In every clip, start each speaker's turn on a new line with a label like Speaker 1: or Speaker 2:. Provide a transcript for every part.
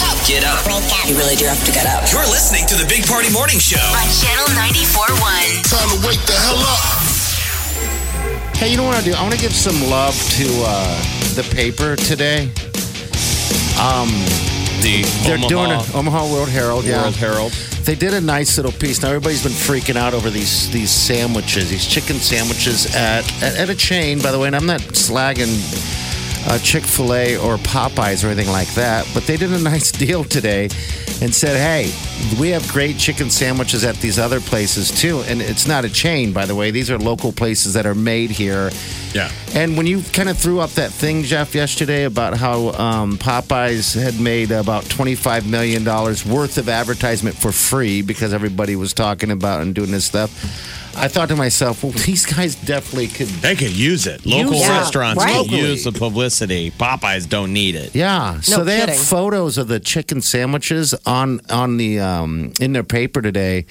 Speaker 1: up.
Speaker 2: Get up.
Speaker 1: You really do have to get up.
Speaker 2: You're listening to the Big Party Morning Show.
Speaker 1: On Channel 94.1.
Speaker 3: Time to wake the hell up.
Speaker 4: Hey, you know what I do? I want to give some love to uh, the paper today. Um,
Speaker 5: The
Speaker 4: They're
Speaker 5: Omaha
Speaker 4: doing a, Omaha World Herald. yeah.
Speaker 5: World Herald.
Speaker 4: They did a nice little piece. Now everybody's been freaking out over these these sandwiches, these chicken sandwiches at at, at a chain, by the way. And I'm not slagging uh, Chick Fil A or Popeyes or anything like that, but they did a nice deal today and said, "Hey, we have great chicken sandwiches at these other places too." And it's not a chain, by the way. These are local places that are made here.
Speaker 5: Yeah.
Speaker 4: And when you kind of threw up that thing, Jeff, yesterday about how um, Popeyes had made about $25 million worth of advertisement for free because everybody was talking about and doing this stuff, I thought to myself, well, these guys definitely could.
Speaker 5: They could use it. Local
Speaker 4: Use it.
Speaker 5: restaurants
Speaker 4: Yeah,
Speaker 5: can
Speaker 4: right.
Speaker 5: use the publicity. Popeyes don't need it.
Speaker 4: Yeah, so they have
Speaker 6: kidding.
Speaker 4: photos of the chicken sandwiches on on the um, in their paper today.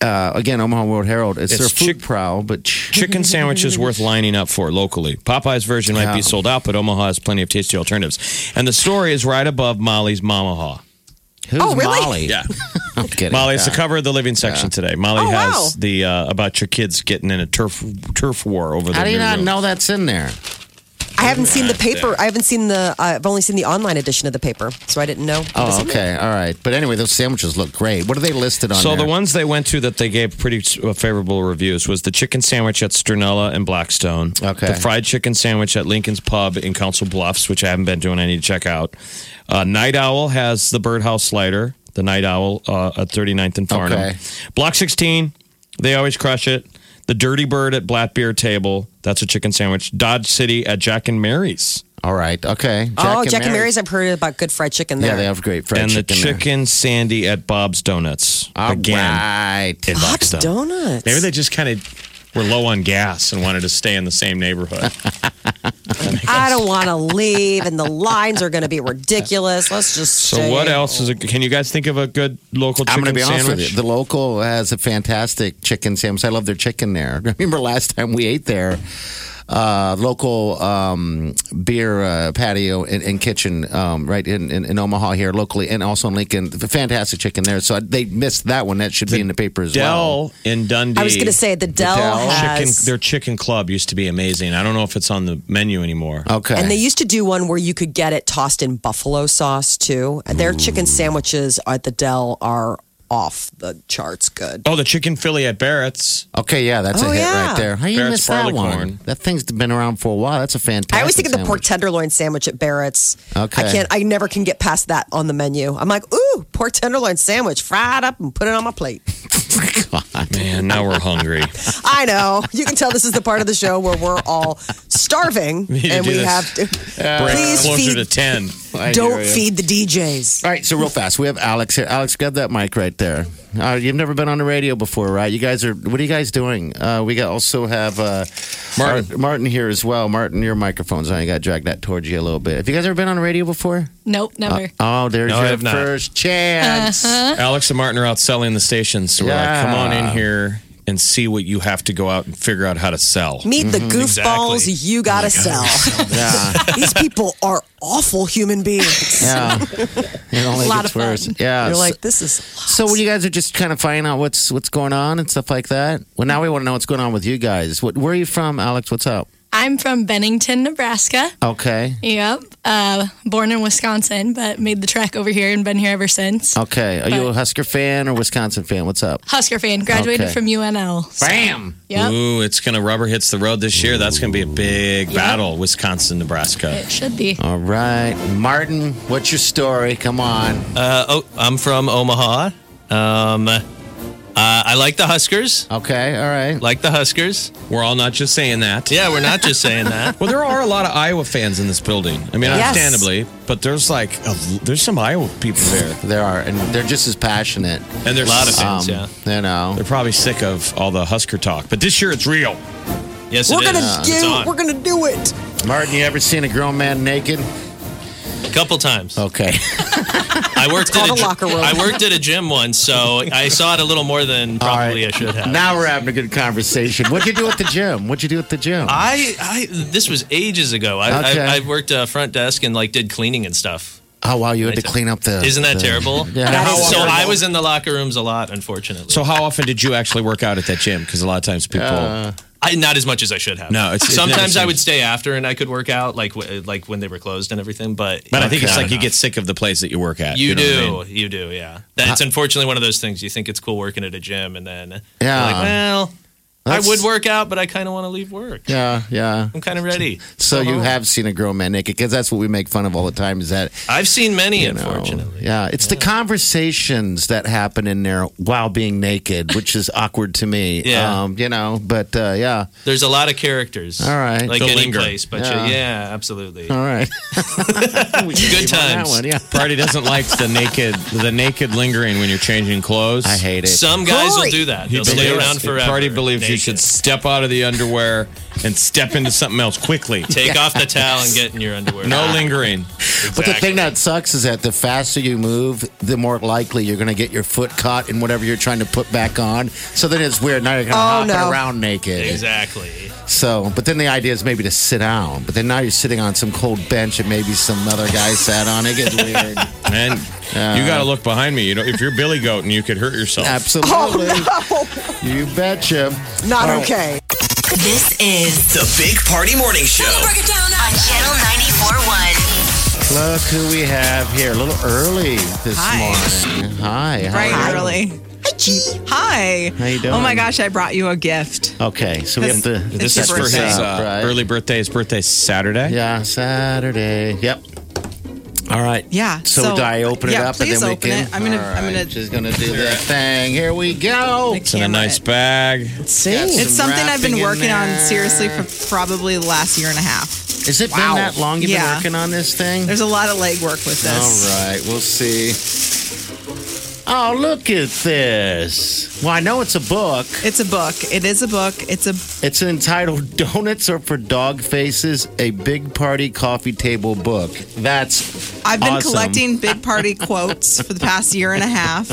Speaker 4: Uh, again, Omaha World Herald. It's,
Speaker 5: It's
Speaker 4: their food
Speaker 5: chick-
Speaker 4: prowl, but
Speaker 5: Chicken sandwiches worth lining up for locally. Popeye's version might be
Speaker 4: Yeah.
Speaker 5: sold out, but Omaha has plenty of tasty alternatives. And the story is right above Molly's Mamaha.
Speaker 4: who's
Speaker 6: Oh, really?
Speaker 4: Molly?
Speaker 5: Yeah.
Speaker 4: I'm kidding.
Speaker 5: Molly, it's the
Speaker 4: Yeah.
Speaker 5: cover of the living section today. Molly
Speaker 6: Oh,
Speaker 5: has
Speaker 6: wow.
Speaker 5: the uh, about your kids getting in a turf turf war over the
Speaker 4: How do you
Speaker 5: new
Speaker 4: not
Speaker 5: roof.
Speaker 4: know that's in there?
Speaker 6: I haven't seen the
Speaker 5: Right
Speaker 6: paper.
Speaker 5: there.
Speaker 6: I haven't seen the. Uh, I've only seen the online edition of the paper, so I didn't know. it was
Speaker 4: Oh,
Speaker 6: in
Speaker 4: okay.
Speaker 6: there.
Speaker 4: All right. But anyway, those sandwiches look great. What are they listed on
Speaker 5: So the
Speaker 4: there?
Speaker 5: ones they went to that they gave pretty uh, favorable reviews was the chicken sandwich at Sternella and Blackstone.
Speaker 4: Okay.
Speaker 5: The fried chicken sandwich at Lincoln's Pub in Council Bluffs, which I haven't been to and I need to check out. Uh, Night Owl has the Birdhouse Slider, the Night Owl uh, at 39th and Farnham.
Speaker 4: Okay.
Speaker 5: Block 16, they always crush it. The Dirty Bird at Black Beer Table, that's a chicken sandwich. Dodge City at Jack and Mary's.
Speaker 4: All right. Okay.
Speaker 6: oh, Jack and Mary's. I've heard about good fried chicken there.
Speaker 4: Yeah, they have great fried
Speaker 5: and the
Speaker 4: chicken. there. Ah,
Speaker 5: Chicken Sandy at Bob's Donuts.
Speaker 4: All
Speaker 5: Again.
Speaker 4: right.
Speaker 5: in
Speaker 6: Hot
Speaker 5: Blackstone.
Speaker 6: donuts.
Speaker 5: Maybe they just kind of were low on gas and wanted to stay in the same neighborhood.
Speaker 6: I don't want to leave, and the lines are going to be ridiculous. Let's just.
Speaker 5: So what else is? It, can you guys think of a good local
Speaker 4: I'm
Speaker 5: chicken
Speaker 4: going to be
Speaker 5: sandwich?
Speaker 4: honest with you. The local has a fantastic chicken sandwich. I love their chicken there. Remember last time we ate there, uh, local um, beer uh, patio and, and kitchen um, right in, in, in Omaha here locally and also in Lincoln. Fantastic chicken there. So they missed that one. That should be in the paper as
Speaker 5: Dell
Speaker 4: well.
Speaker 5: in Dundee.
Speaker 6: I was going to say the Dell,
Speaker 4: Dell.
Speaker 5: chicken.
Speaker 6: has,
Speaker 5: Their chicken club used to be amazing. I don't know if it's on the menu anymore.
Speaker 4: Okay.
Speaker 6: and they used to do one where you could get it tossed in buffalo sauce too. Their chicken sandwiches at the Dell are off the charts. Good.
Speaker 5: Oh, the chicken Philly at Barrett's.
Speaker 4: Okay, yeah, that's
Speaker 6: Oh,
Speaker 4: a hit
Speaker 6: yeah.
Speaker 4: right there. How you
Speaker 5: Barrett's
Speaker 4: miss that
Speaker 5: Barleycorn.
Speaker 4: one? That thing's been around for a while. That's a fantastic.
Speaker 6: I always think of the pork
Speaker 4: sandwich.
Speaker 6: tenderloin sandwich at Barrett's.
Speaker 4: Okay.
Speaker 6: I can't. I never can get past that on the menu. I'm like, ooh, pork tenderloin sandwich, fried up and put it on my plate.
Speaker 5: Man, now we're hungry.
Speaker 6: I know. You can tell this is the part of the show where we're all starving
Speaker 5: need to
Speaker 6: and
Speaker 5: do
Speaker 6: we
Speaker 5: this.
Speaker 6: have to.
Speaker 5: Break
Speaker 6: please
Speaker 5: closer
Speaker 6: feed.
Speaker 5: to ten.
Speaker 4: I
Speaker 6: don't
Speaker 4: hear ya.
Speaker 6: feed the DJs.
Speaker 4: All right, so real fast, we have Alex here. Alex, grab that mic right there. Uh, you've never been on the radio before, right? You guys are. What are you guys doing? Uh, we got also have uh,
Speaker 5: Martin.
Speaker 4: our- Martin here as well. Martin, your microphone's on. You got to drag that towards you a little bit. Have you guys ever been on the radio before?
Speaker 7: Nope, never. Uh-huh.
Speaker 4: Oh, there's
Speaker 5: No, I
Speaker 4: your
Speaker 5: have not.
Speaker 4: first chance.
Speaker 5: Alex and Martin are out selling the station, so we're like,
Speaker 4: Yeah.
Speaker 5: come on in here and see what you have to go out and figure out how to sell.
Speaker 6: Meet the goofballs
Speaker 5: Exactly.
Speaker 6: you gotta sell.
Speaker 4: Yeah,
Speaker 6: These people are awful human beings.
Speaker 4: yeah. It only
Speaker 7: A lot
Speaker 4: gets
Speaker 7: of fun.
Speaker 4: worse. Yeah.
Speaker 6: You're
Speaker 4: so-
Speaker 6: like, this is.
Speaker 4: So when you guys are just kind of finding out what's what's going on and stuff like that. Well, now we want to know what's going on with you guys. What, where are you from, Alex? What's up?
Speaker 7: I'm from Bennington, Nebraska.
Speaker 4: Okay,
Speaker 7: Yep. Uh, born in Wisconsin, but made the trek over here and been here ever since.
Speaker 4: okay. Are you a Husker fan or Wisconsin fan? What's up?
Speaker 7: Husker fan, graduated
Speaker 4: Okay.
Speaker 7: from UNL. So,
Speaker 4: Bam.
Speaker 7: Yep.
Speaker 5: Ooh, it's gonna rubber hits the road this year. That's gonna be a big battle, Wisconsin, Nebraska.
Speaker 7: It should be.
Speaker 4: All right, Martin. What's your story? Come on.
Speaker 5: Uh, oh, I'm from Omaha. Um,
Speaker 8: Uh, I like the Huskers.
Speaker 4: Okay, all right.
Speaker 8: Like the Huskers.
Speaker 5: We're all not just saying that.
Speaker 8: Yeah, we're not just saying that.
Speaker 5: Well, there are a lot of Iowa fans in this building. I mean,
Speaker 6: Yes.
Speaker 5: understandably, but there's like a, there's some Iowa people there,
Speaker 4: There are, and they're just as passionate. Um,
Speaker 5: and there's
Speaker 8: A lot of fans, yeah.
Speaker 4: You know,
Speaker 5: They're probably sick of all the Husker talk, but this year it's real.
Speaker 8: Yes,
Speaker 6: We're
Speaker 8: it
Speaker 6: gonna
Speaker 8: is. It's
Speaker 6: do.
Speaker 8: on.
Speaker 6: We're gonna do it.
Speaker 4: Martin, you ever seen a grown man naked?
Speaker 8: a couple times.
Speaker 4: Okay.
Speaker 8: I worked at
Speaker 6: called
Speaker 8: a,
Speaker 6: a
Speaker 8: gy-
Speaker 6: locker room.
Speaker 8: I worked at a gym once, so I saw it a little more than probably I should have.
Speaker 4: Now we're having a good conversation. What'd you do at the gym? What'd you do at the gym?
Speaker 8: I, I this was ages ago. I,
Speaker 4: Okay.
Speaker 8: I, I worked uh, front desk and like did cleaning and stuff.
Speaker 4: oh wow, you had to clean up the.
Speaker 8: Isn't that
Speaker 4: the-
Speaker 8: terrible?
Speaker 4: Yeah.
Speaker 6: That is
Speaker 8: So
Speaker 6: terrible.
Speaker 8: I was in the locker rooms a lot, unfortunately.
Speaker 5: So how often did you actually work out at that gym? Because a lot of times people.
Speaker 8: I, not as much as I should have.
Speaker 5: No, it's- it
Speaker 8: sometimes
Speaker 5: never
Speaker 8: I would
Speaker 5: seems-
Speaker 8: stay after and I could work out, like w- like when they were closed and everything. But
Speaker 5: but I think it's
Speaker 8: Not
Speaker 5: like you
Speaker 8: enough.
Speaker 5: get sick of the place that you work at.
Speaker 8: You,
Speaker 5: know what
Speaker 8: do,
Speaker 5: I mean?
Speaker 8: you do, yeah. That's unfortunately one of those things. You think it's cool working at a gym, and then you're
Speaker 4: Yeah.
Speaker 8: like, well,
Speaker 4: That's-
Speaker 8: I would work out, but I kind of want to leave work.
Speaker 4: Yeah, yeah.
Speaker 8: I'm kind of ready.
Speaker 4: So you
Speaker 8: home.
Speaker 4: have seen a grown man naked because that's what we make fun of all the time. Is that
Speaker 8: I've seen many,
Speaker 4: you know,
Speaker 8: unfortunately.
Speaker 4: yeah, it's the conversations that happen in there while being naked, which is awkward to me.
Speaker 8: Yeah.
Speaker 4: um, you know, but uh, yeah,
Speaker 8: There's a lot of characters.
Speaker 4: All right.
Speaker 8: like
Speaker 4: They'll
Speaker 8: any
Speaker 5: linger.
Speaker 8: place, but
Speaker 4: Yeah.
Speaker 8: yeah, yeah absolutely.
Speaker 4: all right.
Speaker 8: Good
Speaker 4: That
Speaker 8: times.
Speaker 4: one, yeah.
Speaker 5: Party doesn't like the naked the naked lingering when you're changing clothes.
Speaker 4: I hate it.
Speaker 8: Some guys will
Speaker 6: Corey.
Speaker 8: do that.
Speaker 5: He
Speaker 8: They'll stay
Speaker 5: believes-
Speaker 8: around forever.
Speaker 5: Party believes you
Speaker 8: naked.
Speaker 5: should step out of the underwear and step into something else quickly.
Speaker 8: take off the towel and get in your underwear.
Speaker 5: No lingering.
Speaker 4: But the thing that sucks is that the faster you move, the more likely you're going to get your foot caught in whatever you're trying to put back on. So then it's weird. Now you're kind
Speaker 6: Oh,
Speaker 4: of hopping
Speaker 6: no.
Speaker 4: around naked.
Speaker 8: exactly.
Speaker 4: So, but then the idea is maybe to sit down. But then now you're sitting on some cold bench and maybe some other guy sat on it. Gets weird.
Speaker 5: And
Speaker 4: Uh,
Speaker 5: you got to look behind me. You know, if you're Billy Goatin, you could hurt yourself.
Speaker 4: Absolutely. You betcha.
Speaker 6: Oh, Not
Speaker 4: All right.
Speaker 6: okay.
Speaker 1: This is
Speaker 2: The Big Party Morning Show.
Speaker 1: Break it down on Channel 94.1.
Speaker 4: Look who we have here. A little early this
Speaker 9: Hi.
Speaker 4: morning. Hi. how
Speaker 9: Bright
Speaker 4: are
Speaker 9: and
Speaker 4: you?
Speaker 9: early. Hi.
Speaker 4: How you doing?
Speaker 9: Oh my gosh, I brought you a gift.
Speaker 4: Okay, so we have to.
Speaker 5: This
Speaker 9: It's
Speaker 5: is
Speaker 9: your
Speaker 5: for his
Speaker 9: birthday.
Speaker 5: uh,
Speaker 4: Right.
Speaker 5: early birthday. His birthday Saturday.
Speaker 4: Yeah, Saturday. Yep. All right.
Speaker 9: Yeah.
Speaker 4: So, do I open it
Speaker 9: yeah,
Speaker 4: up
Speaker 9: please
Speaker 4: and then
Speaker 9: open
Speaker 4: we can?
Speaker 9: it. I'm gonna.
Speaker 4: All
Speaker 9: I'm
Speaker 4: right,
Speaker 9: gonna.
Speaker 4: She's gonna do that thing. Here we go.
Speaker 9: the
Speaker 5: It's in a
Speaker 9: camera
Speaker 5: nice
Speaker 9: it.
Speaker 5: bag.
Speaker 4: See,
Speaker 9: It's something I've been working on seriously for probably the last year and a half.
Speaker 4: Has it been that long you've
Speaker 9: Yeah.
Speaker 4: been working on this thing?
Speaker 9: There's a lot of legwork with this.
Speaker 4: All right, we'll see. Oh, look at this. Well, I know it's a book.
Speaker 9: It's a book. It is a book. It's a
Speaker 4: It's entitled Donuts Are for Dog Faces, a Big Party Coffee Table Book. That's
Speaker 9: I've been
Speaker 4: Awesome.
Speaker 9: collecting big party quotes for the past year and a half.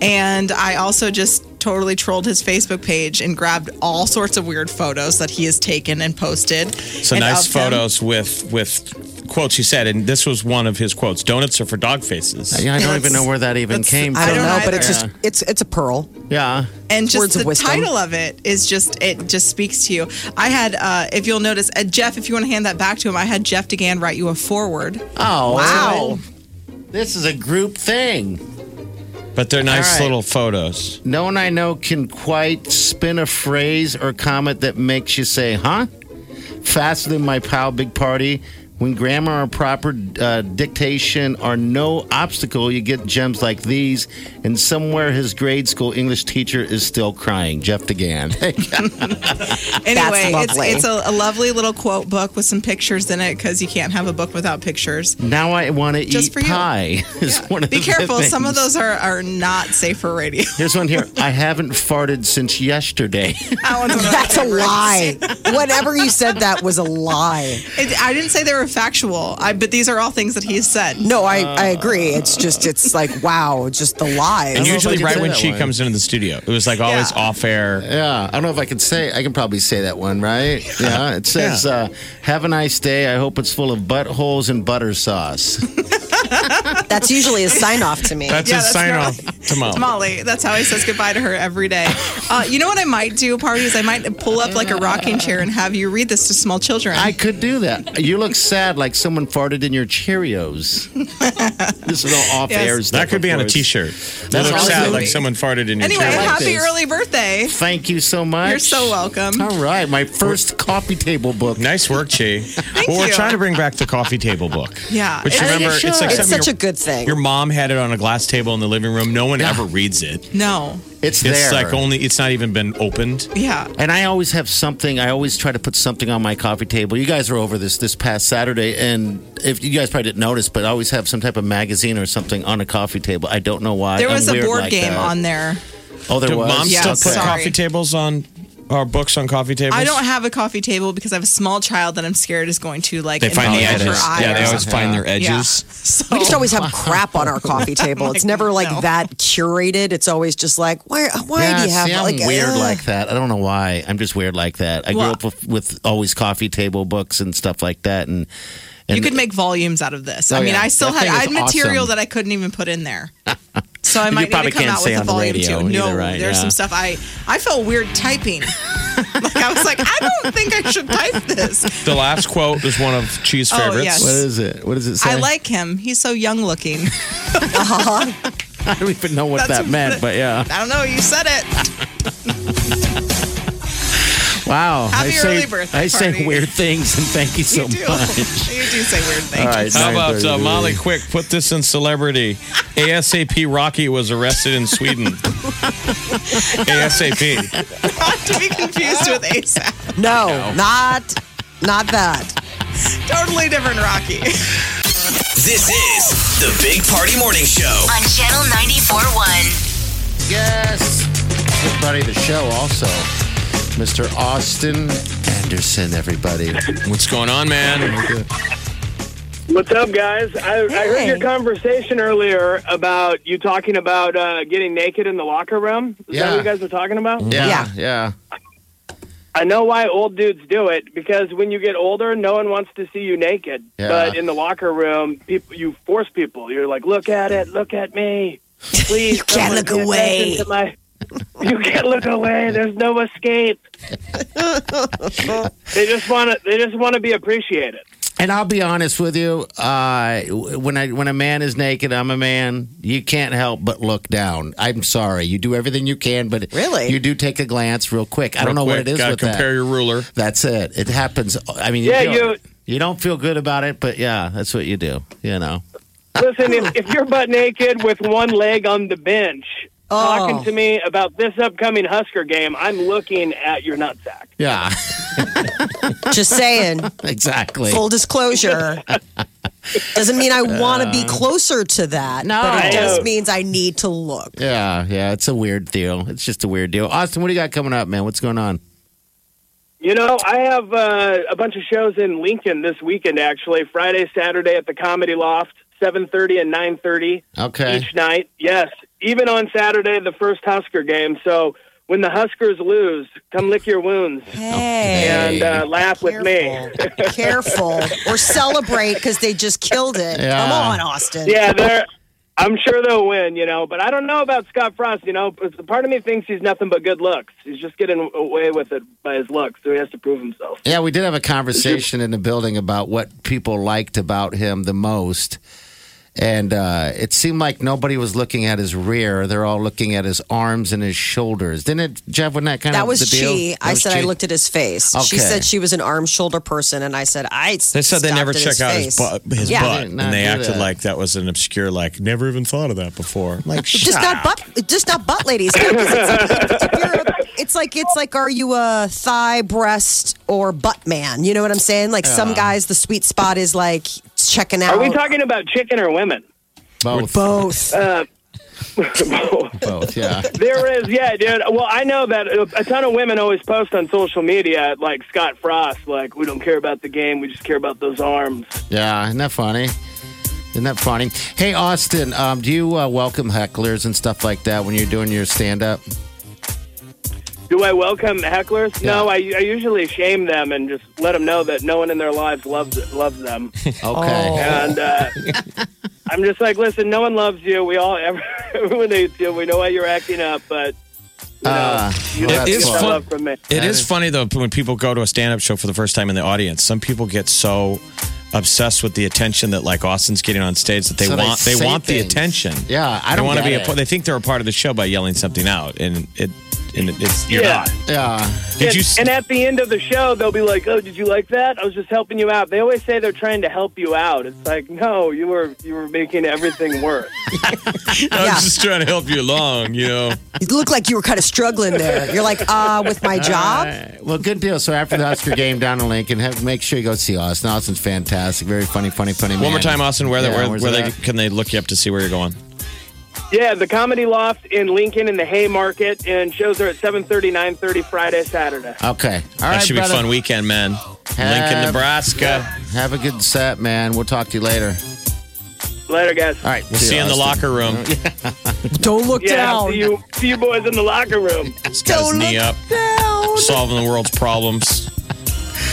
Speaker 9: And I also just totally trolled his Facebook page and grabbed all sorts of weird photos that he has taken and posted.
Speaker 5: So
Speaker 9: And
Speaker 5: nice
Speaker 9: of them-
Speaker 5: photos with with quotes he said, and this was one of his quotes. Donuts are for dog faces.
Speaker 4: I don't even know where that even
Speaker 9: that's-
Speaker 4: came from.
Speaker 6: I don't know, but
Speaker 9: either.
Speaker 6: it's just it's it's a pearl.
Speaker 4: Yeah.
Speaker 9: and just
Speaker 6: Words of
Speaker 9: the
Speaker 6: wisdom.
Speaker 9: title of it is just it just speaks to you. I had uh, if you'll notice uh, Jeff if you want to hand that back to him I had Jeff DeGan write you a forward.
Speaker 4: Oh.
Speaker 9: Wow.
Speaker 4: This is a group thing.
Speaker 5: But they're nice
Speaker 4: All right.
Speaker 5: little photos.
Speaker 4: No one I know can quite spin a phrase or comment that makes you say, huh? Faster than my pal Big Party. When grammar or proper uh, dictation are no obstacle, you get gems like these. And somewhere his grade school English teacher is still crying. Jeff DeGan.
Speaker 9: Anyway, it's
Speaker 6: lovely.
Speaker 9: it's a, a lovely little quote book with some pictures in it because you can't have a book without pictures.
Speaker 4: now I want to
Speaker 9: Just
Speaker 4: eat
Speaker 9: for you.
Speaker 4: pie. is one of
Speaker 9: Be
Speaker 4: the
Speaker 9: careful. Some of
Speaker 4: things.
Speaker 9: those are, are not safe for radio.
Speaker 4: Here's one here. I haven't farted since yesterday.
Speaker 9: That one's one of my
Speaker 6: That's a
Speaker 9: favorites.
Speaker 6: lie. Whatever you said, that was a lie.
Speaker 9: It, I didn't say they were factual, I, but these are all things that he's said.
Speaker 6: No, I, I agree. It's just it's like wow, just the lies.
Speaker 5: And
Speaker 4: know if I
Speaker 5: usually,
Speaker 4: did
Speaker 5: right
Speaker 4: say
Speaker 5: when
Speaker 4: that
Speaker 5: she
Speaker 4: one.
Speaker 5: comes into the studio, it was like always
Speaker 9: Yeah.
Speaker 5: off air.
Speaker 4: Yeah, I don't know if I can say. I can probably say that one, right? Yeah, it says, Uh, "Have a nice day. I hope it's full of buttholes and butter sauce."
Speaker 6: That's usually a sign off to me.
Speaker 5: That's
Speaker 9: Yeah,
Speaker 5: his
Speaker 9: that's
Speaker 5: sign
Speaker 9: not-
Speaker 5: off tomorrow.
Speaker 9: Molly, that's how he says goodbye to her every day. Uh, you know what I might do, parties? I might pull up like a rocking chair and have you read this to small children.
Speaker 4: I could do that. You look sad, like someone farted in your Cheerios. this is all off
Speaker 9: Yes.
Speaker 4: air.
Speaker 5: That could be on a
Speaker 4: t
Speaker 5: T-shirt. That
Speaker 4: That's
Speaker 5: looks sad,
Speaker 4: awesome.
Speaker 5: like someone farted in your
Speaker 9: anyway,
Speaker 5: chair.
Speaker 4: like
Speaker 9: happy
Speaker 4: this.
Speaker 9: early birthday.
Speaker 4: Thank you so much.
Speaker 9: You're so welcome.
Speaker 4: All right, my first coffee table book.
Speaker 5: Nice work, Chi. well, we're
Speaker 9: you.
Speaker 5: trying to bring back the coffee table book.
Speaker 9: Yeah.
Speaker 5: Which
Speaker 9: It's-
Speaker 5: remember,
Speaker 4: I think you
Speaker 5: it's like
Speaker 4: should.
Speaker 5: something
Speaker 6: It's
Speaker 5: you
Speaker 6: such a good thing.
Speaker 5: Your mom had it on a glass table in the living room. No one ever reads it.
Speaker 9: No.
Speaker 4: It's, there.
Speaker 5: like only it's not even been opened.
Speaker 9: Yeah.
Speaker 4: And I always have something. I always try to put something on my coffee table. You guys were over this this past Saturday, and if you guys probably didn't notice, but I always have some type of magazine or something on a coffee table. I don't know why.
Speaker 9: There
Speaker 4: I'm
Speaker 9: was a
Speaker 4: weird
Speaker 9: board
Speaker 4: like
Speaker 9: game
Speaker 4: that.
Speaker 9: on there.
Speaker 4: Oh, there
Speaker 5: Do
Speaker 4: was.
Speaker 5: moms
Speaker 9: Yeah,
Speaker 5: still put
Speaker 9: sorry.
Speaker 5: coffee tables on or books on coffee tables?
Speaker 9: I don't have a coffee table because I have a small child that I'm scared is going to like
Speaker 5: They find the
Speaker 9: invade her
Speaker 5: edges.
Speaker 9: eye
Speaker 5: Yeah,
Speaker 9: or
Speaker 5: they always
Speaker 9: something.
Speaker 5: find their
Speaker 9: Yeah.
Speaker 5: edges.
Speaker 9: So
Speaker 6: We just always have crap on our coffee table. it's never like
Speaker 9: no.
Speaker 6: that curated. It's always just like, why, why
Speaker 4: yeah,
Speaker 6: do you have
Speaker 4: see, I'm
Speaker 6: like
Speaker 4: weird
Speaker 6: uh,
Speaker 4: like that. I don't know why. I'm just weird like that. I
Speaker 9: Well-
Speaker 4: grew up with, with always coffee table books and stuff like that, and, and
Speaker 9: You could make volumes out of this. I
Speaker 4: Oh,
Speaker 9: mean,
Speaker 4: yeah.
Speaker 9: I still
Speaker 4: That
Speaker 9: had
Speaker 4: thing
Speaker 9: I
Speaker 4: is
Speaker 9: had material
Speaker 4: awesome.
Speaker 9: that I couldn't even put in there. So I might need
Speaker 4: probably
Speaker 9: to come
Speaker 4: can't
Speaker 9: out
Speaker 4: say
Speaker 9: with a
Speaker 4: on the
Speaker 9: volume
Speaker 4: radio
Speaker 9: two. No,
Speaker 4: either, right?
Speaker 9: there's
Speaker 4: Yeah.
Speaker 9: some stuff I I felt weird typing. like I was like, I don't think I should type this.
Speaker 5: The last quote was one of Cheese
Speaker 9: Oh,
Speaker 5: favorites.
Speaker 9: yes.
Speaker 4: What is it? What does it say?
Speaker 9: I like him. He's so young looking.
Speaker 4: I don't even know what
Speaker 9: That's
Speaker 4: that
Speaker 9: what
Speaker 4: meant,
Speaker 9: it-
Speaker 4: but yeah.
Speaker 9: I don't know. You said it.
Speaker 4: Wow.
Speaker 9: Happy
Speaker 4: I say,
Speaker 9: early birthday
Speaker 4: I say
Speaker 9: party.
Speaker 4: weird things, and thank you so
Speaker 9: You do. you
Speaker 4: much.
Speaker 9: do say weird things.
Speaker 4: All right.
Speaker 5: How about uh,
Speaker 4: 9:30.
Speaker 5: Molly Quick? Put this in celebrity. ASAP Rocky was arrested in Sweden. ASAP.
Speaker 9: Not to be confused with ASAP.
Speaker 6: No, not, not that.
Speaker 9: Totally different Rocky.
Speaker 2: This is the Big Party Morning Show.
Speaker 1: on Channel 94.1.
Speaker 4: Yes. Good buddy of the show also. Mr. Austin Anderson, everybody.
Speaker 5: What's going on, man?
Speaker 10: What's up, guys? I, I
Speaker 6: Hey.
Speaker 10: heard your conversation earlier about you talking about uh, getting naked in the locker room. Is that
Speaker 4: Yeah.
Speaker 10: what you guys were talking about?
Speaker 4: Yeah,
Speaker 6: Yeah.
Speaker 4: yeah.
Speaker 10: I know why old dudes do it because when you get older, no one wants to see you naked.
Speaker 4: Yeah.
Speaker 10: But in the locker room, people you force people. You're like, look at it, look at me, please. you
Speaker 6: can't look away."
Speaker 10: My- you can't look away. There's no escape. they just want to. They just want to be appreciated.
Speaker 4: And I'll be honest with you, uh, when I when a man is naked, I'm a man. You can't help but look down. I'm sorry. You do everything you can, but
Speaker 6: Really?
Speaker 4: you do take a glance real quick. uh, I don't know what it is
Speaker 5: Got to
Speaker 4: with that.
Speaker 5: compare your ruler.
Speaker 4: That's it. It happens. I mean,
Speaker 10: Yeah,
Speaker 4: you,
Speaker 10: you-
Speaker 4: don't, you don't feel good about it, but yeah, that's what you do. You know.
Speaker 10: Listen, if, if you're butt naked with one leg on the bench,
Speaker 6: Oh.
Speaker 10: talking to me about this upcoming Husker game, I'm looking at your nutsack.
Speaker 4: Yeah,
Speaker 6: Just saying,
Speaker 4: exactly.
Speaker 6: full disclosure. Doesn't mean I want to be closer to that. No, but
Speaker 10: I
Speaker 6: it just
Speaker 10: know.
Speaker 6: means I need to look.
Speaker 4: Yeah, yeah, it's a weird deal. It's just a weird deal. Austin, what do you got coming up, man? What's going on?
Speaker 10: You know, I have uh, a bunch of shows in Lincoln this weekend. Actually, Friday, Saturday at the Comedy Loft, seven thirty and nine thirty
Speaker 4: Okay.
Speaker 10: each night. Yes, even on Saturday, the first Husker game. So when the Huskers lose, come lick your wounds
Speaker 6: Hey.
Speaker 10: and uh, laugh with me.
Speaker 6: Careful or celebrate because they just killed it.
Speaker 4: Yeah.
Speaker 6: Come on, Austin.
Speaker 10: Yeah, they're. I'm sure they'll win, you know, but I don't know about Scott Frost. You know, But part of me thinks he's nothing but good looks. He's just getting away with it by his looks, so he has to prove himself.
Speaker 4: Yeah, we did have a conversation in the building about what people liked about him the most. And uh, it seemed like nobody was looking at his rear. They're all looking at his arms and his shoulders. Didn't it, Jeff? Wasn't that kind
Speaker 6: That
Speaker 4: of
Speaker 6: was
Speaker 4: the deal?
Speaker 6: she.
Speaker 4: That
Speaker 6: I
Speaker 4: was
Speaker 6: said I
Speaker 4: she?
Speaker 6: looked at his face. She
Speaker 4: Okay.
Speaker 6: said she was an arm shoulder person, and I said I.
Speaker 5: They said they
Speaker 6: stopped
Speaker 5: never
Speaker 6: at
Speaker 5: check out his
Speaker 6: face.
Speaker 5: butt, his
Speaker 6: Yeah.
Speaker 5: butt,
Speaker 4: They did
Speaker 5: and
Speaker 4: not
Speaker 5: they
Speaker 4: do
Speaker 5: acted
Speaker 4: that.
Speaker 5: like that was an obscure, like never even thought of that before. Like,
Speaker 6: Just not butt. Just not butt, ladies. 'Cause It's, if you're a- it's like it's like are you a thigh, breast, or butt man? You know what I'm saying? Like some guys, the sweet spot is like checking out
Speaker 10: Are we talking about chicken or women?
Speaker 4: both.
Speaker 6: both.
Speaker 4: Both. Yeah.
Speaker 10: There is, yeah, dude. Well, I know that a ton of women always post on social media, like Scott Frost, like, we don't care about the game, we just care about those arms.
Speaker 4: Yeah. Isn't that funny? Isn't that funny? Hey, Austin, um, do you uh, welcome hecklers and stuff like that when you're doing your stand up?
Speaker 10: Do I welcome hecklers? No, I, I usually shame them and just let them know that no one in their lives loves, loves them.
Speaker 6: Oh.
Speaker 4: Okay.
Speaker 10: And uh, I'm just like, listen, no one loves you. We all, everyone hates you. We know why you're acting up, but you know,
Speaker 4: Uh,
Speaker 10: you
Speaker 4: well,
Speaker 10: don't
Speaker 4: that's
Speaker 10: get that
Speaker 5: fun.
Speaker 10: love from me.
Speaker 5: It is funny though when people go to a stand-up show for the first time in the audience. Some people get so obsessed with the attention that like Austin's getting on stage that they
Speaker 4: So they
Speaker 5: want they,
Speaker 4: say
Speaker 5: want the
Speaker 4: things.
Speaker 5: attention.
Speaker 4: Yeah, I
Speaker 5: they
Speaker 4: don't
Speaker 5: want to
Speaker 4: get
Speaker 5: be. A,
Speaker 4: it.
Speaker 5: part- they think they're a part of the show by yelling something out, and it and it- it's you're
Speaker 9: Yeah.
Speaker 5: not.
Speaker 4: Yeah.
Speaker 5: Did
Speaker 9: and,
Speaker 5: you? s-
Speaker 9: and at the end of the show, they'll be like, "Oh, did you like that? I was just helping you out." They always say they're trying to help you out. It's like, no, you were you were making everything worse.
Speaker 5: I was just trying to help you along. You know.
Speaker 6: You look like you were kind of struggling there. You're like, uh, with my
Speaker 4: All
Speaker 6: job.
Speaker 4: right. Well, good deal. So after the Oscar game down in Lincoln, have, make sure you go see Austin. Austin's fantastic. Very funny, funny, funny.
Speaker 5: One more time, Austin. Where, they-
Speaker 4: Yeah,
Speaker 5: where,
Speaker 4: where's
Speaker 5: where
Speaker 4: it
Speaker 5: they
Speaker 4: at?
Speaker 5: can they look you up to see where you're going?
Speaker 9: yeah, the Comedy Loft in Lincoln in the Haymarket, and shows are at 7:30, 9:30 Friday, Saturday.
Speaker 4: Okay. All right,
Speaker 5: that should
Speaker 4: brother.
Speaker 5: be a fun weekend, man. Lincoln, Nebraska.
Speaker 4: Have a good set, man. We'll talk to you later.
Speaker 9: Later, guys.
Speaker 4: All right.
Speaker 5: We'll see you in the
Speaker 4: Austin.
Speaker 5: locker room.
Speaker 6: Don't look
Speaker 9: Yeah,
Speaker 6: down.
Speaker 9: see you, see you boys in the locker room.
Speaker 5: He's got his
Speaker 6: Don't
Speaker 5: knee
Speaker 6: look
Speaker 5: up,
Speaker 6: down.
Speaker 5: solving the world's problems.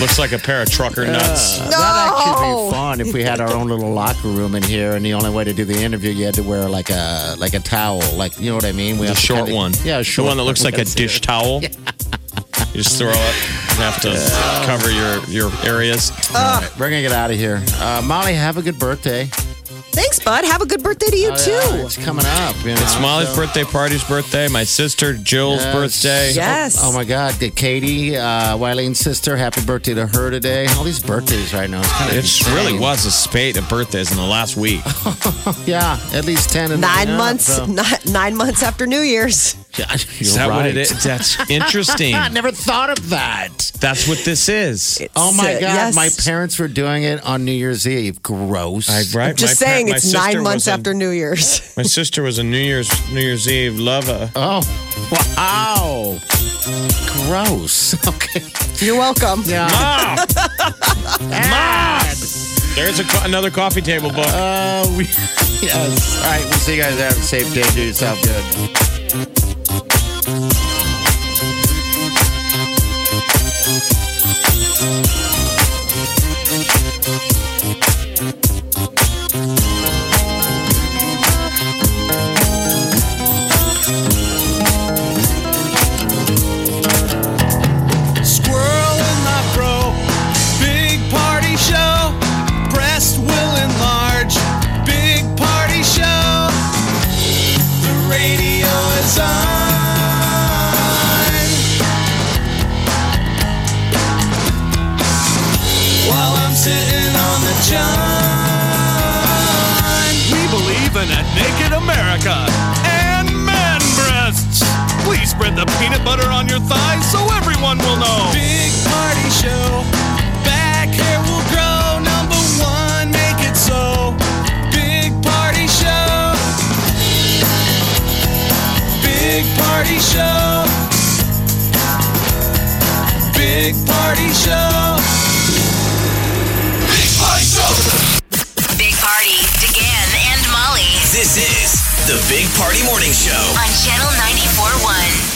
Speaker 5: Looks like a pair of trucker nuts.
Speaker 4: Uh, That actually
Speaker 6: No.
Speaker 4: be fun if we had our own little locker room in here, and the only way to do the interview, you had to wear like a like a towel, like you know what I mean. We
Speaker 5: The
Speaker 4: have to
Speaker 5: short
Speaker 4: kinda-
Speaker 5: one.
Speaker 4: yeah, a
Speaker 5: The
Speaker 4: short
Speaker 5: one that looks like a dish towel. You just throw it and have to cover your, your areas.
Speaker 4: All right, we're gonna get out of here. Uh, Molly, have a good birthday.
Speaker 6: Thanks, bud. Have a good birthday to you,
Speaker 4: Oh, yeah,
Speaker 6: too.
Speaker 4: It's coming up. you know,
Speaker 5: It's Molly's
Speaker 4: so-
Speaker 5: birthday, party's birthday, my sister Jill's
Speaker 4: Yes.
Speaker 5: birthday.
Speaker 6: Yes.
Speaker 4: Oh, oh my God, did Katie, uh, Wileen's sister, happy birthday to her today. All these birthdays right now. It's kind of
Speaker 5: It really was a spate of birthdays in the last week.
Speaker 4: Yeah, at least ten. And
Speaker 6: Nine
Speaker 4: yeah,
Speaker 6: months,
Speaker 4: so-
Speaker 6: ni- nine months after New Year's.
Speaker 4: Yeah, you're
Speaker 5: Is that
Speaker 4: right.
Speaker 5: what it is? That's interesting.
Speaker 4: I never thought of that.
Speaker 5: That's what this is.
Speaker 4: Oh my God!
Speaker 6: Yes.
Speaker 4: My parents were doing it on New Year's Eve. Gross.
Speaker 5: I, right,
Speaker 6: Just
Speaker 5: my par-
Speaker 6: saying,
Speaker 5: my
Speaker 6: it's
Speaker 5: sister
Speaker 6: nine
Speaker 5: was
Speaker 6: months
Speaker 5: a-
Speaker 6: after New Year's.
Speaker 5: My sister was a New Year's New Year's Eve lover.
Speaker 4: oh, wow. Gross. Okay.
Speaker 6: You're welcome.
Speaker 4: Yeah.
Speaker 5: Mom! Mom! There's Ah! a co- another coffee table book.
Speaker 4: Uh, we, yes. All right. We'll see you guys. Have a safe day. Do yourself good.
Speaker 8: Squirrel in my bro. Big party show. Breast will enlarge. Big party show. The radio is on. While I'm sitting on the john. We believe in a naked America and man breasts. Please spread the peanut butter on your thighs so everyone will know. Big party show. Back hair will grow. Number one, make it so. Big party show. Big party show. Big party show.
Speaker 2: Big Party Show.
Speaker 11: Big Party, DeGan and Molly
Speaker 8: This is the Big Party Morning Show.
Speaker 11: on Channel 94.1.